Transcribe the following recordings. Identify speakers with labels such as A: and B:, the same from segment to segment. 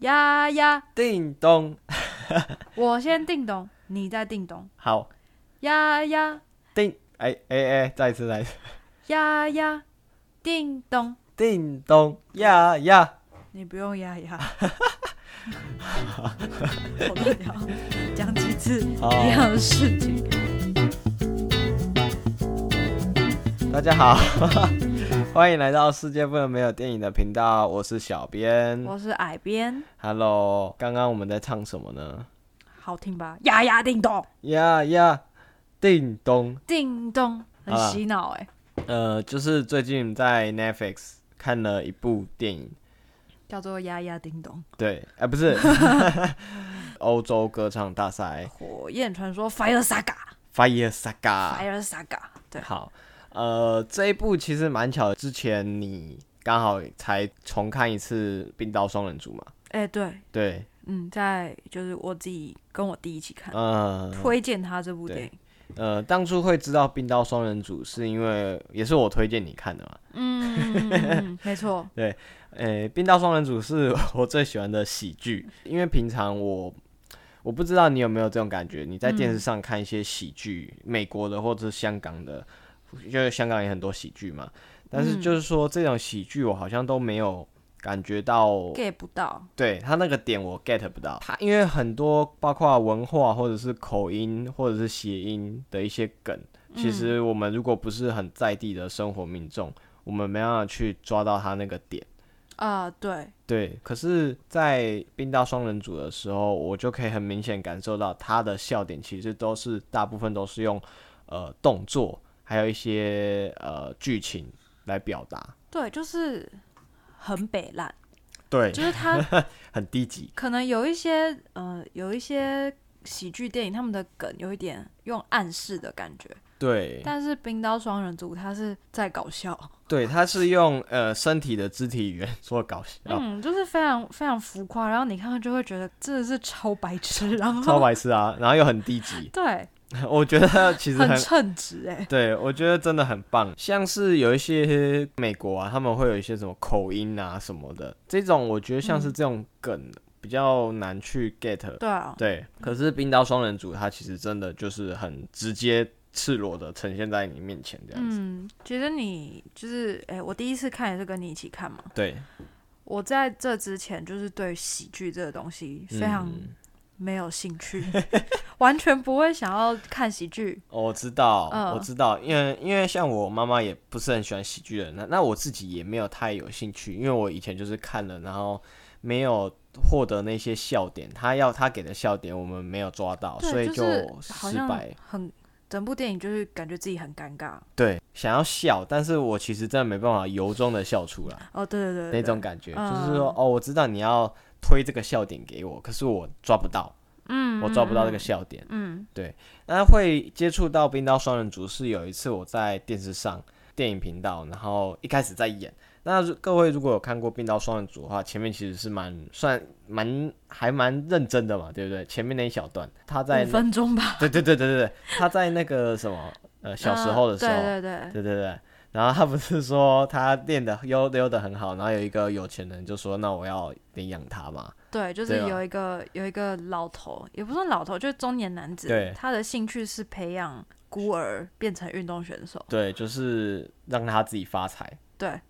A: 呀呀，
B: 叮咚，
A: 我先叮咚，你再叮咚，
B: 好，
A: 呀呀
B: 叮，哎哎哎，再一次，再一次，
A: 呀呀，叮咚。
B: 叮咚呀呀，
A: 你不用压压，我乱聊，讲几次
B: 好，
A: 一样的事情。
B: 大家好， 欢迎来到世界不能没有电影的频道，我是小编
A: 我是矮边，
B: ，Hello，刚刚我们在唱什么呢？
A: 好听吧？压压叮咚，
B: 呀呀，叮咚，
A: 叮咚，很
B: 好啦
A: 洗脑哎、
B: 呃，就是最近在 Netflix 看了一部电影，
A: 叫做压压叮咚，
B: 对，哎、不是， 欧洲歌唱大赛
A: 火焰传说 Fire Saga，Fire
B: Fire Saga。
A: Saga，对，
B: 好，呃，这一部其实蛮巧的，之前你刚好才重看一次《冰刀双人组》嘛，
A: 哎、对，
B: 对，
A: 嗯，在就是我自己跟我弟一起看，
B: 嗯、呃，
A: 推荐他这部电影，
B: 当初会知道《冰刀双人组》是因为也是我推荐你看的嘛，
A: 嗯，嗯嗯嗯没错，
B: 诶、冰刀双人组》是 我最喜欢的喜剧，因为平常我。我不知道你有没有这种感觉，你在电视上看一些喜剧，美国的或者是香港的，就是香港也很多喜剧嘛。但是就是说这种喜剧，我好像都没有感觉到
A: get 不到，
B: 对他那个点我 get 不到，他因为很多包括文化或者是口音或者是谐音的一些梗，其实我们如果不是很在地的生活民众，我们没办法去抓到他那个点。
A: 啊、对，
B: 对，可是，在冰道双人组的时候，我就可以很明显感受到他的笑点其实都是大部分都是用呃动作，还有一些呃剧情来表达。
A: 对，就是很北烂，
B: 对，
A: 就是他
B: 很低级。
A: 可能有一些呃，有一些喜剧电影，他们的梗有一点用暗示的感觉，
B: 对，
A: 但是《冰刀双人组》它是在搞笑，
B: 对，他是用呃身体的肢体语言做搞笑，
A: 嗯，就是非常非常浮夸，然后你看了就会觉得真的是超白痴，然后，
B: 超白痴啊，然后又很低级
A: 对，
B: 我觉得其实
A: 很
B: 很。
A: 称职哎，
B: 对，我觉得真的很棒。像是有一些美国啊，他们会有一些什么口音啊什么的，这种我觉得
A: 嗯
B: 像是这种梗比较难去 get。
A: 对啊，
B: 对，可是冰刀双人组它其实真的就是很直接、赤裸的呈现在你面前这样子。
A: 嗯，其实你就是哎、我第一次看也是跟你一起看嘛，
B: 对，
A: 我在这之前就是对喜剧这个东西非常
B: 嗯
A: 没有兴趣， 完全不会想要看喜剧，
B: 哦我知道，
A: 嗯
B: 我知道，因为因为像我妈妈也不是很喜欢喜剧人，那那我自己也没有太有兴趣，因为我以前就是看了，然后没有获得那些笑点，他要他给的笑点我们没有抓到，哦所
A: 对，
B: 以
A: 就
B: 就是
A: 好
B: 失
A: 像
B: 败。
A: 很整部电影就是感觉自己很尴尬。
B: 对，想要笑，但是我其实真的没办法由衷的笑出来，
A: 哦，对对对
B: 那
A: 对
B: 种感觉，
A: 嗯
B: 就是说哦，我知道你要推这个笑点给我，可是我抓不到，
A: 嗯，
B: 我抓不到这
A: 嗯
B: 个笑点。
A: 嗯
B: 那会接触到《冰刀双人组》是有一次我在电视上电影频道，然后一开始在演。那如各位如果有看过《冰刀双人组》的话，前面其实是蛮算蛮还蛮认真的嘛，对不对？前面那一小段，他在
A: 五分钟吧。
B: 对对对对对对，他在那个什么呃小时候的时候，
A: 嗯对对对，
B: 对对对。然后他不是说他练的溜溜的很好，然后有一个有钱人就说：“那我要领养他嘛。
A: 对，就是
B: 对啊
A: 有一个有一个老头，也不算老头，就是中年男子，
B: 对
A: 他的兴趣是培养孤儿变成运动选手”。
B: 对，就是让他自己发财。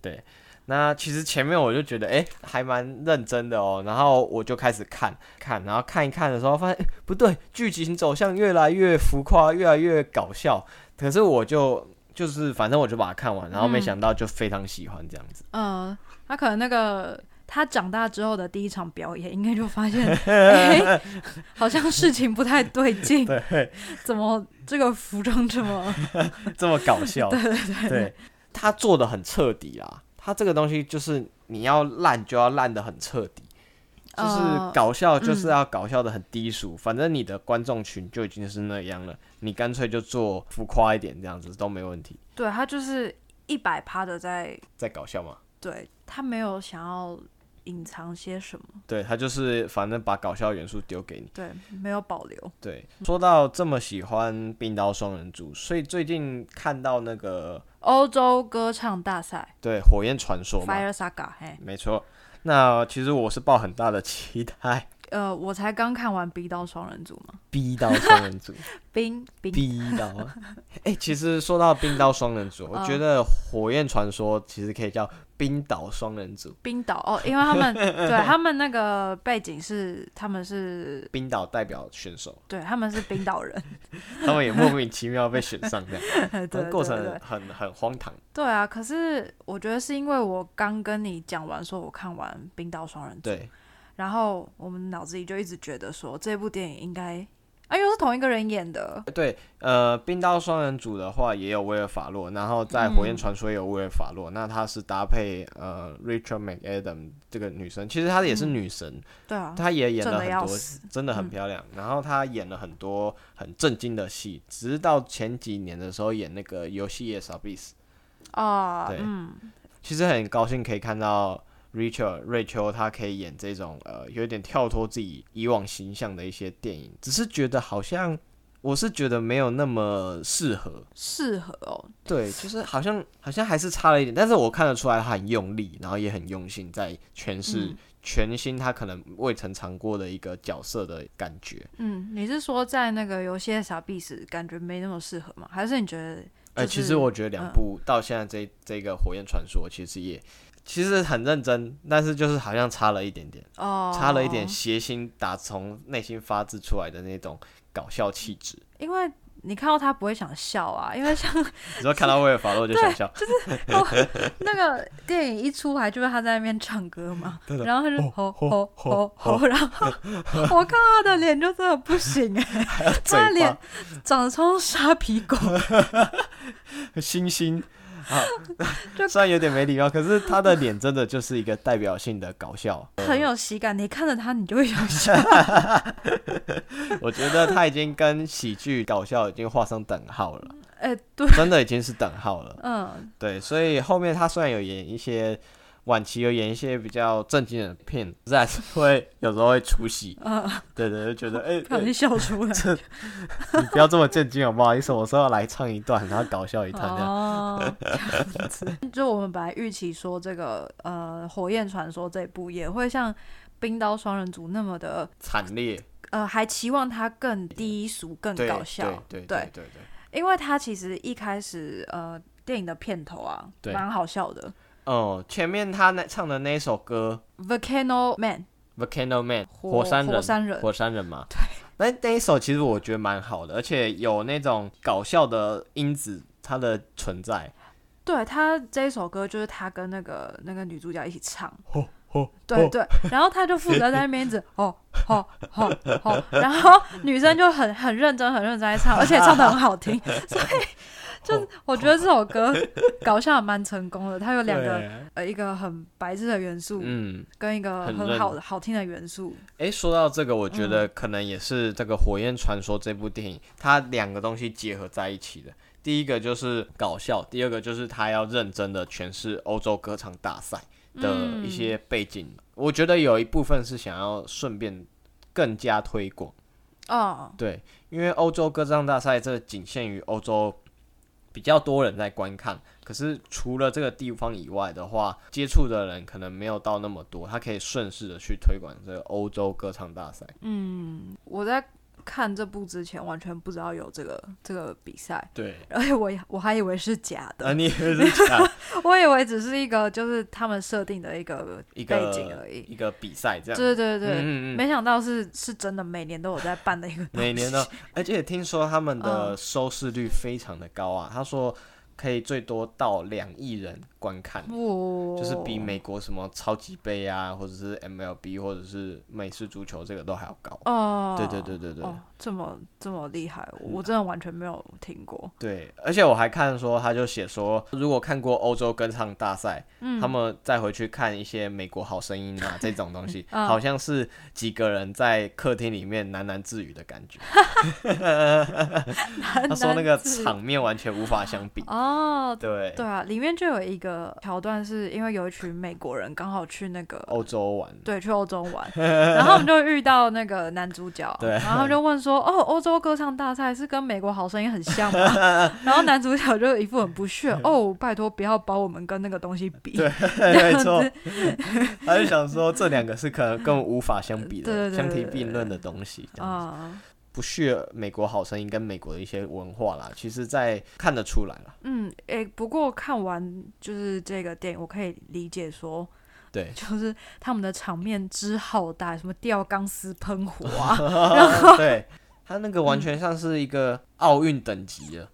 A: 对，
B: 那其实前面我就觉得，哎、还蛮认真的哦。然后我就开始看看，然后看一看的时候，发现、诶不对，剧情走向越来越浮夸，越来越搞笑。可是我就就是，反正我就把它看完，然后没想到就非常喜欢这样子。
A: 嗯，他可能那个。他长大之后的第一场表演，应该就发现，哎、好像事情不太对劲，
B: 对，
A: 怎么这个服装这么……
B: 这么搞笑。 对对他做的很彻底啦。他这个东西就是你要烂就要烂的很彻底，就是
A: 呃
B: 搞笑就是要搞笑的很低俗，反正你的观众群就已经是那样了，你干脆就做浮夸一点这样子都没问题。
A: 对他就是一百趴的在
B: 在搞笑嘛？
A: 对他没有想要隐藏些什么，
B: 对他就是反正把搞笑元素丢给你。
A: 对，没有保留。
B: 对，说到这么喜欢冰刀双人组，所以最近看到那个
A: 欧洲歌唱大赛
B: 对火焰传说嘛，
A: Fire Saga，嘿，
B: 没错，那其实我是抱很大的期待，
A: 呃，我才刚看完《逼刀双人组》嘛，
B: 逼到双人 组，
A: 冰冰
B: 逼到。哎、其实说到冰岛双人
A: 嗯
B: 组，我觉得《火焰传说》其实可以叫冰岛双人组，
A: 冰岛哦，因为他们对他们那个背景是他们是
B: 冰岛代表选手，
A: 对他们是冰岛人，
B: 他们也莫名其妙被选上这样，
A: 对 对
B: 过程
A: 对
B: 很很很荒唐。
A: 对啊。可是我觉得是因为我刚跟你讲完说我看完《冰岛双人组》，
B: 对，
A: 然后我们脑子里就一直觉得说这部电影应该，哎呦是同一个人演的，
B: 对，呃，冰刀双人组的话也有威尔法洛，然后在《火焰传说》也有威尔法洛，那她是搭配呃 Rachel McAdam 这个女生，其实她也是女神，
A: 对啊，
B: 她也演
A: 正
B: 了
A: 嗯的
B: 很
A: 要
B: 多，
A: 死，
B: 真的很漂亮。然后她演了很多很震惊的戏，直到前几年的时候演那个《游戏也 s a b i s
A: 哦，
B: 对
A: 嗯，
B: 其实很高兴可以看到 Rachel 瑞秋她可以演这种呃有点跳脱自己以往形象的一些电影，只是觉得好像我是觉得没有那么适合。
A: 适合哦，
B: 对， 就是好像好像还是差了一点，但是我看得出来他很用力，然后也很用心在诠释、
A: 嗯
B: 全新他可能未曾尝过的一个角色的感觉。
A: 嗯，你是说在那个游戏的傻逼时感觉没那么适合吗？还是你觉得？
B: 哎、
A: 就
B: 其
A: 是嗯
B: 实我觉得两部到现在这这个《火焰传说》其实也其实很认真，但是就是好像差了一点点，
A: 哦，
B: 差了一点邪心打从内心发自出来的那种搞笑气质。
A: 因为你看到他不会想笑啊，因为像
B: 你说看到威尔法洛就想笑，
A: 那个电影一出来就是他在那边唱歌 嘛，然后他就吼
B: 吼
A: 吼
B: 吼
A: 吼吼，然后 我看他的脸就真的不行哎、
B: 嘴
A: 他的脸
B: 巴
A: 长得像沙皮狗，
B: 星星。啊
A: 就，
B: 虽然有点没礼貌，可是他的脸真的就是一个代表性的搞笑。
A: 很有喜感，你看着他你就会想 笑。
B: 我觉得他已经跟喜剧搞笑已经画上等号了，
A: 哎、对，
B: 真的已经是等号了。
A: 嗯，
B: 对，所以后面他虽然有演一些晚期有演一些比较正经的片，但还是 会有时候会出戏。对对，就觉得哎、
A: 嗯不小心笑出来。
B: 你不要这么震惊好不好？你什么时候来唱一段，然后搞笑一段这样？
A: 哦，这样 子。就我们本来预期说这个呃《火焰传说》这部也会像《冰刀双人组》那么的，
B: 惨烈，
A: 呃，还期望它更低俗、更
B: 对
A: 搞笑。
B: 对对
A: 对
B: 对对对。
A: 因为它其实一开始呃电影的片头啊，
B: 对
A: 蛮好笑的
B: 哦、前面他那唱的那首歌
A: ，Volcano Man
B: 《Volcano Man》
A: 火
B: 火山人，
A: 火山人
B: 火山人嘛。对。那那一首其实我觉得蛮好的，而且有那种搞笑的因子，它的存在。
A: 对他这一首歌就是他跟那个那个女主角一起唱，
B: 吼吼
A: 对对，然后他就负责在那边一 直哦吼吼吼吼，哦然后女生就很很认真很认真在 唱，而且唱的很好听，所以就是
B: 哦
A: 我觉得这首歌搞笑还蛮成功的，它有两个
B: 对
A: 呃一个很白痴的元素
B: 嗯，
A: 跟一个
B: 很
A: 很
B: 认
A: 好的好听的元素，
B: 诶，说到这个，我觉得可能也是这个《火焰传说》这部电影，它两个东西结合在一起的。第一个就是搞笑，第二个就是他要认真的诠释欧洲歌唱大赛的一些背景。我觉得有一部分是想要顺便更加推广。
A: 哦，
B: 对，因为欧洲歌唱大赛这仅限于欧洲比较多人在观看，可是除了这个地方以外的话，接触的人可能没有到那么多，他可以顺势的去推广这个欧洲歌唱大赛。
A: 我在看这部之前完全不知道有这个这个比赛，
B: 对，
A: 而且我也我还以为是假的，
B: 啊，你也是讲
A: 我以为只是一个就是他们设定的一个
B: 一
A: 背景
B: 个
A: 而已。
B: 一个比赛这样，
A: 对对对，
B: 嗯嗯嗯，
A: 没想到是是真的，每年都有在办的一个东西
B: 每年 呢，而且听说他们
A: 嗯
B: 的收视率非常的高啊，他说可以最多到两亿人观看。
A: 哇，哦
B: 就是比美国什么超级杯啊，或者是 MLB，或者是美式足球这个都还要高。
A: 哦，
B: 对对对对对、嗯
A: 哦，这么这么厉害，我真的完全没有听过。
B: 对，而且我还看说，他就写说，如果看过欧洲歌唱大赛，
A: 嗯
B: 他们再回去看一些美国好声 音啊这种东西，
A: 嗯
B: 好像是几个人在客厅里面喃喃自语的感 觉。他
A: 他
B: 说那个场面完全无法相比。
A: 哦，
B: 对
A: 对啊，里面就有一个个桥段，是因为有一群美国人刚好去那个
B: 欧洲 玩，
A: 对，去欧洲玩，然后我们就遇到那个男主角，
B: 对
A: 然后他们就问说：“哦，欧洲歌唱大赛是跟美国好声音很像吗？” 然后男主角就一副很不屑：“哦，拜托不要把我们跟那个东西比。”
B: 对没错， 他就想说这两个是可能根本无法相比
A: 对对
B: 的、
A: 对
B: 相提
A: 对对
B: 并论的东西，这样子
A: 啊，
B: 不屑美国好声音跟美国的一些文化啦，其实在看得出来啦，
A: 嗯，诶、不过看完就是这个电影，我可以理解说，，
B: 对
A: 就是他们的场面之浩大，什么吊钢丝喷火啊，
B: 对。他那个完全像是一个奥运等级的，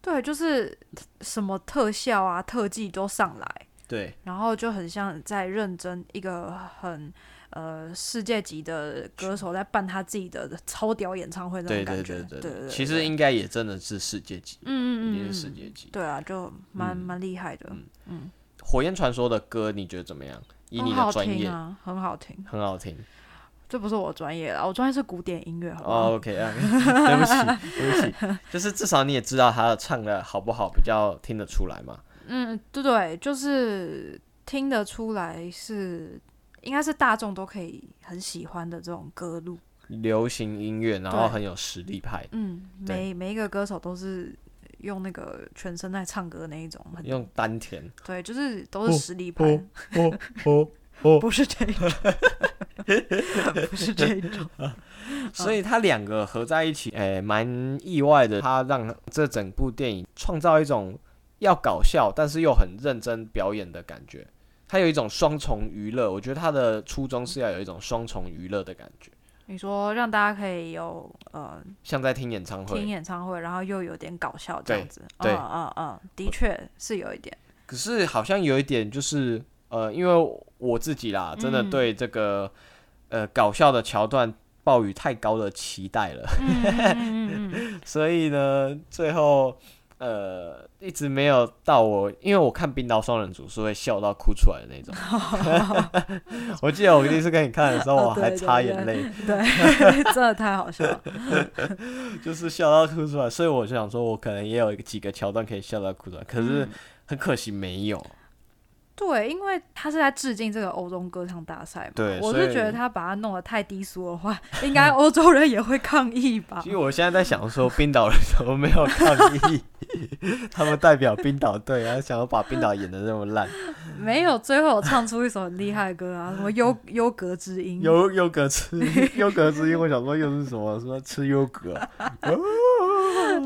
A: 对，就是什么特效啊、特技都上来。
B: 对，
A: 然后就很像在认真一个很呃世界级的歌手在办他自己的超屌演唱会那种
B: 对
A: 感
B: 对
A: 觉，
B: 对
A: 对
B: 对，其实应该也真的是世界级，
A: 嗯嗯
B: 已经
A: 嗯
B: 是世
A: 嗯，
B: 界级。
A: 对啊，就蛮
B: 嗯
A: 蛮厉害的，嗯
B: 火焰传说的歌你觉得怎么样？以你
A: 很
B: 的
A: 好
B: 专
A: 听
B: 业，
A: 啊，很好听。
B: 很好听。
A: 这不是我专业啦，我专业是古典音乐，好不好？
B: 哦，OK，啊 对不起，对不起，就是至少你也知道他唱的好不好，比较听得出来嘛。
A: 嗯，对对，就是听得出来是应该是大众都可以很喜欢的这种歌路。
B: 流行音乐，然后
A: 对
B: 很有实力派，
A: 嗯，
B: 对
A: 每每一个歌手都是用那个全身在唱歌那一种，很
B: 用丹田，
A: 对，就是都是
B: 哦
A: 实力派，
B: 哦哦哦，
A: 不是这一种，不是这一种。 嗯
B: 所以他两个合在一起，诶、蛮意外的。他让这整部电影创造一种要搞笑，但是又很认真表演的感觉。他有一种双重娱乐，我觉得他的初衷是要有一种双重娱乐的感觉，
A: 你说让大家可以有呃
B: 像在听演唱
A: 听
B: 会。
A: 演唱会，然后又有点搞笑这样子，
B: 对对
A: 嗯嗯嗯，的确是有一 点，
B: 可是好像有一点就是，呃，因为我自己啦，真的
A: 嗯
B: 对这个、呃搞笑的桥段抱有太高的期待了。
A: 嗯嗯嗯嗯
B: 所以呢，最后呃一直没有到我，因为我看《冰岛双人组》是会笑到哭出来的那种。 我记得我第一次跟你看的时候，
A: 哦
B: 我还
A: 对对
B: 擦眼
A: 对
B: 泪，
A: 嗯，对， 真的太好笑了，
B: 就是笑到哭出来。所以我就想说，我可能也有几个桥段可以笑到哭出来，可
A: 嗯
B: 是很可惜没有。
A: 对，因为他是在致敬这个欧洲歌唱大赛嘛，
B: 对
A: 我
B: 所
A: 是
B: 以
A: 觉得他把它弄得太低俗的话，应该欧洲人也会抗议吧
B: 其，实我现在在想说，冰岛人怎么没有抗议？ 他们代表冰岛队，然后想要把冰岛演的那么 烂，
A: 嗯没有，最后有唱出一首很厉害的歌啊，什么优优格之音，
B: 优优格吃优格之因为我想说又是什么？说吃优格，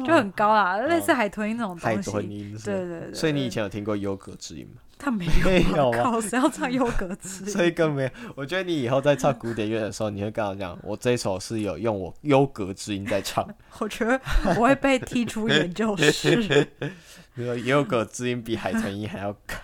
A: 就很高啦，类似海豚音那种
B: 嗯哦海
A: 东西。
B: 豚音是
A: 对对对，
B: 所以你以前有听过优格之音 吗？
A: 他没
B: 没
A: 有
B: 有
A: 啊
B: 吗
A: 靠，谁要唱优格之音？
B: 所以更没有。我觉得你以后在唱古典乐的时候，你会跟我讲，我这一首是有用我优格之音在唱，
A: 我觉得我会被踢出研究 室。
B: 你说优格之音比海豚音还要高。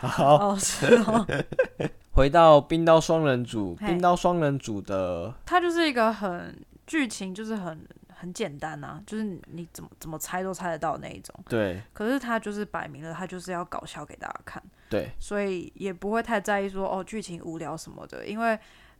A: 哦，是哦，
B: 回到冰刀双人组，
A: 嘿
B: 冰刀双人组的
A: 它就是一个很剧情，就是很很简单啊，就是你怎么怎么猜都猜得到那一种。
B: 对
A: 可是它就是摆明了，它就是要搞笑给大家看，
B: 对
A: 所以也不会太在意说哦剧情无聊什么的，因为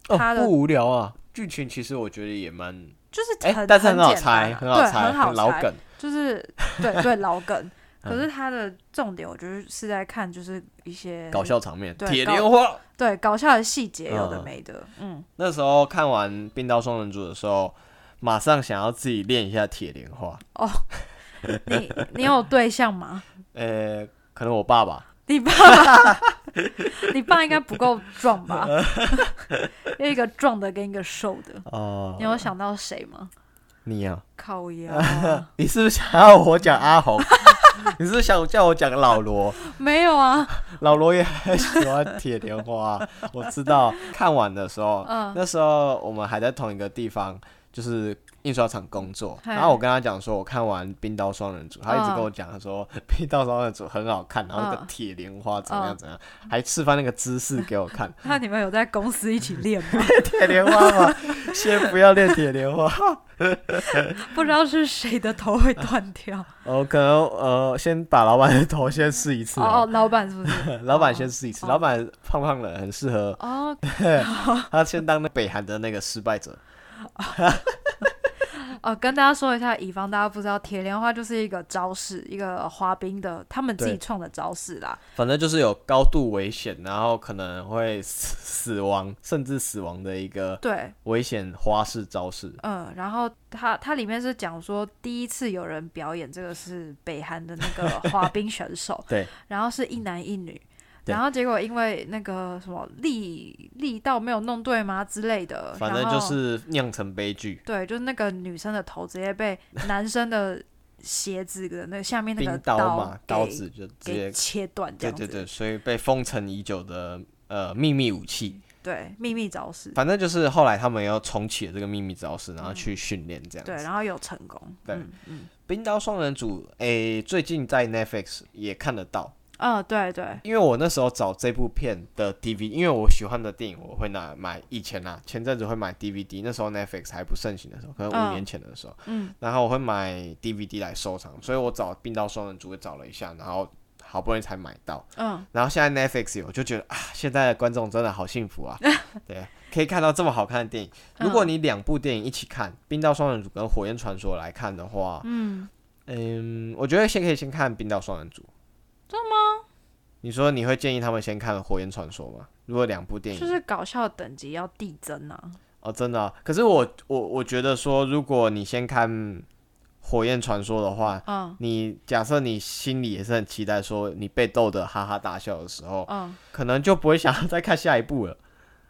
B: 哦
A: 他的
B: 不无聊啊，剧情其实我觉得也蛮
A: 就是
B: 哎、
A: 很、
B: 但是很好
A: 简单
B: 猜，
A: 啊
B: 很好
A: 对
B: 猜，
A: 很好
B: 老
A: 猜
B: 梗。
A: 就是对对老 梗，可
B: 嗯
A: 是它的重点，我觉得是在看就是一些
B: 搞笑场面，
A: 对
B: 铁
A: 搞
B: 莲花。
A: 对搞笑的细节，有的
B: 嗯
A: 没的，嗯，
B: 那时候看完《冰刀双人组》的时候，马上想要自己练一下铁莲花。
A: 你你有对象吗？
B: 呃，可能我爸爸，
A: 你爸爸， 你爸应该不够壮吧？有一个壮的跟一个瘦的，
B: 哦、
A: 你有想到谁吗？
B: 你啊，
A: 靠腰啊
B: 你是不是想要我讲阿红？ 你是不是想叫我讲老罗？
A: 没有啊，
B: 老罗也很喜欢铁莲花、啊 我知道。看完的时候，
A: 嗯
B: 那时候我们还在同一个地方，就是印刷厂工作。
A: 嗨
B: 然后我跟他讲说，我看完《冰刀双人组》，他一直跟我讲，他说《冰刀双人组》很好看，然后那个
A: 嗯。
B: 铁莲花怎么样怎么样，还示范那个姿势给我看
A: 那你们有在公司一起练吗？
B: 铁莲花嘛，先不要练铁莲花。
A: 不知道是谁的头会断掉。
B: 哦，可能呃，先把老板的头先试一次
A: 哦
B: 啊
A: 哦，。老板是不是？
B: 老板先试一次，
A: 哦
B: 老板胖胖的，很适合
A: 哦，
B: 他先当那北韩的那个失败者。
A: 呃，跟大家说一下，以防大家不知道，铁莲花就是一个招式，一个滑冰的他们自己
B: 对
A: 创的招式啦。
B: 反正就是有高度危险，然后可能会死 死亡，甚至死亡的一个
A: 对，
B: 危险花式招式。
A: 嗯，然后它它里面是讲说，第一次有人表演这个是北韩的那 个滑冰选手，
B: 对，
A: 然后是一男一女，
B: 对
A: 然后结果因为那个什么力力道没有弄对吗之类的，
B: 反正
A: 呃然后
B: 就是酿成悲剧，
A: 对，就是那个女生的头直接被男生的鞋子的那下面那个
B: 冰刀嘛，
A: 给
B: 刀子就直
A: 给
B: 接，
A: 切断这
B: 对
A: 样子，
B: 对对，所以被封存已久的呃秘密武器。
A: 对秘密招式，
B: 反正就是后来他们又重启了这个秘密招式，然后去训练这样子。
A: 嗯对，然后有成功，
B: 对
A: 嗯嗯，
B: 冰刀双人组，诶、最近在 Netflix 也看得到，
A: 啊对对，
B: 因为我那时候找这部片的 DVD，因为我喜欢的电影我会拿买，以前啊，前阵子会买 DVD，那时候 Netflix 还不盛行的时候，可能
A: 嗯
B: 五年前的时候，
A: 嗯，
B: 然后我会买 DVD 来收藏，所以我找《冰刀双人组》也找了一下，然后好不容易才买到，
A: 嗯
B: 然后现在 Netflix 有，就觉得啊，现在的观众真的好幸 福啊，对，可以看到这么好看的电影。
A: 嗯
B: 如果你两部电影一起看，《冰刀双人组》跟《火焰传说》来看的话，
A: 嗯，
B: 嗯，我觉得先可以先看《冰岛双人组》。真的吗？你说你会建议他们先看《火焰传说》吗？如果两部电影，
A: 就是搞笑等级要递增啊，
B: 哦，真的啊、可是我我我觉得说，如果你先看《火焰传说》的话，
A: 嗯
B: 你假设你心里也是很期待说你被逗得哈哈大笑的时候，
A: 嗯，
B: 可能就不会想要再看下一部了。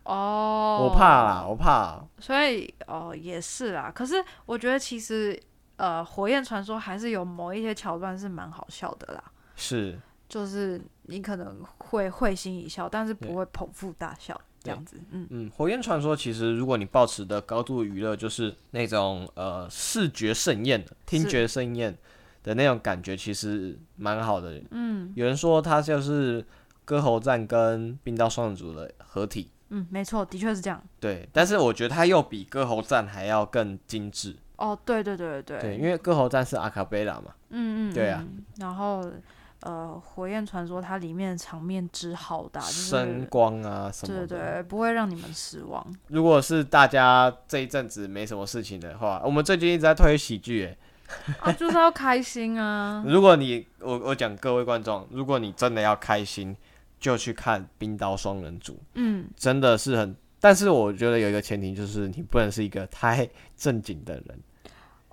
A: 哦，
B: 我怕啦，我怕啦
A: 所以哦，也是啦。可是我觉得其实呃，《火焰传说》还是有某一些桥段是蛮好笑的啦，
B: 是。
A: 就是你可能会会心一笑，但是
B: 对
A: 不会捧腹大笑这样子。嗯
B: 嗯，《火焰传说》其实如果你抱持的高度娱乐，就是那种呃视觉盛宴、听觉盛宴的那种感觉，其实蛮好的。
A: 嗯
B: 有人说它就是歌喉战跟冰刀双人组的合体，
A: 嗯，没错，的确是这样。
B: 对，但是我觉得它又比歌喉战还要更精致，
A: 哦，对对对对
B: 对，因为歌喉战是阿卡贝拉嘛，
A: 嗯嗯，
B: 对啊
A: 嗯。然后呃，《火焰传说》它里面的场面之浩大，就
B: 声
A: 是
B: 光啊什么
A: 对对
B: 的。
A: 对，不会让你们失望。
B: 如果是大家这一阵子没什么事情的话，我们最近一直在推喜剧、欸，
A: 啊，就是要开心啊！
B: 如果你我我讲各位观众，如果你真的要开心，就去看《冰刀双人组》，
A: 嗯，
B: 真的是很。但是我觉得有一个前提，就是你不能是一个太正经的人。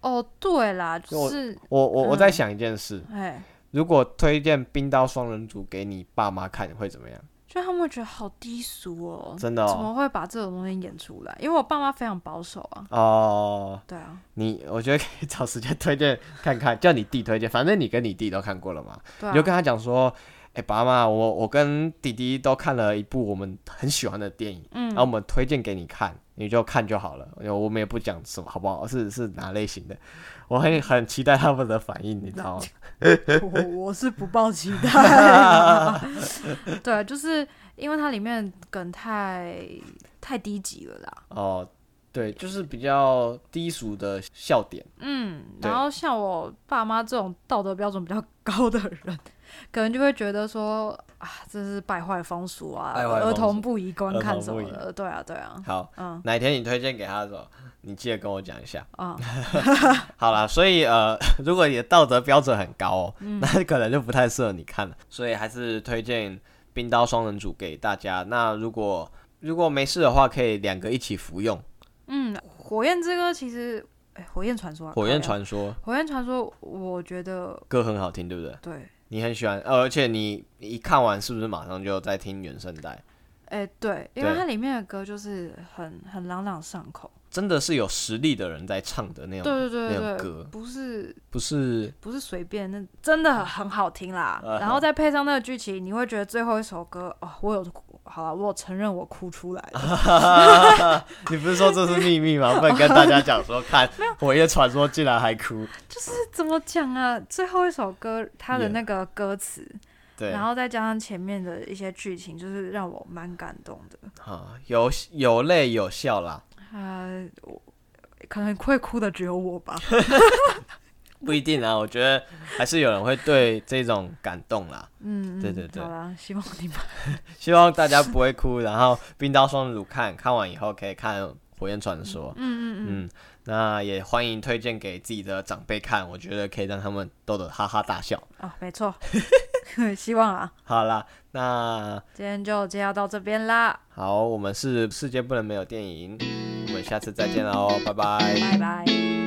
A: 哦，对啦，就
B: 我
A: 是
B: 我我我在
A: 嗯
B: 想一件事，
A: 哎。
B: 如果推荐《冰刀双人组》给你爸妈看，你会怎么样？
A: 就他们会觉得好低俗哦，
B: 真的
A: 怎
B: 哦
A: 么会把这种东西演出来？因为我爸妈非常保守啊，
B: 哦，
A: 对啊，
B: 你我觉得可以找时间推荐看看，叫你弟推荐，反正你跟你弟都看过了嘛，
A: 对啊，
B: 你就跟他讲说，哎、爸妈，我我跟弟弟都看了一部我们很喜欢的电影，
A: 嗯
B: 然后我们推荐给你看，你就看就好了。我们也不讲什么好不好，是是哪类型的，我很很期待他们的反应，你知道吗？
A: 我我是不抱期待、啊， 对，就是因为它里面的梗太太低级了啦，
B: 哦，对，就是比较低俗的笑点，
A: 嗯，
B: 对
A: 然后像我爸妈这种道德标准比较高的人，可能就会觉得说啊，这是败坏风俗啊，
B: 败坏风
A: 儿
B: 俗
A: 童不宜观
B: 儿
A: 看
B: 童
A: 什
B: 不
A: 么
B: 宜
A: 的，对啊，对啊，
B: 好。
A: 嗯
B: 哪天你推荐给他的时候，你记得跟我讲一下。
A: 啊，
B: 好啦，所以呃， 如果你的道德标准很高哦，
A: 嗯
B: 那可能就不太适合你看了。所以还是推荐《冰刀双人组》给大家。那如果如果没事的话，可以两个一起服用
A: 嗯，火焰之歌其实，哎、火焰传说、啊，
B: 《火焰
A: 靠腰
B: 传说
A: 火焰传说，我觉得》，
B: 歌很好听，对不对？
A: 对，
B: 你很喜欢，呃而且你一看完是不是马上就在听原声带？
A: 哎、对，因为
B: 对
A: 它里面的歌就是很很朗朗上口，
B: 真的是有实力的人在唱的那种，
A: 对对
B: 那
A: 对
B: 种
A: 对
B: 歌，
A: 不是
B: 不是
A: 不是随便，那真的很好听啦。
B: 啊哈
A: 然后再配上那个剧情，你会觉得最后一首歌哦，我有哭，好了，我有承认我哭出来 了，
B: 你不是说这是秘密吗？ 不能跟大家讲说看《火焰传说》竟然还哭，
A: 这怎么讲啊？最后一首歌它的
B: Yeah
A: 那个歌词
B: 对，
A: 然后再加上前面的一些剧情，就是让我蛮感动的。
B: 啊，有有泪有笑啦，
A: 啊、我可能会哭的只有我吧。
B: 不一定啊，我觉得还是有人会对这种感动啦。
A: 嗯，嗯
B: 对对对
A: 好啦，希望你们
B: 希望大家不会哭，然后《冰刀双人组》看看完以后可以看《火焰传说》。
A: 嗯嗯嗯。
B: 嗯，那也欢迎推荐给自己的长辈看，我觉得可以让他们逗得哈哈大笑。
A: 哦，没 错， 希望啊，
B: 好啦，那
A: 今天就介绍到这边啦，
B: 好，我们是世界不能没有电影，我们下次再见喽，拜拜。
A: 拜拜。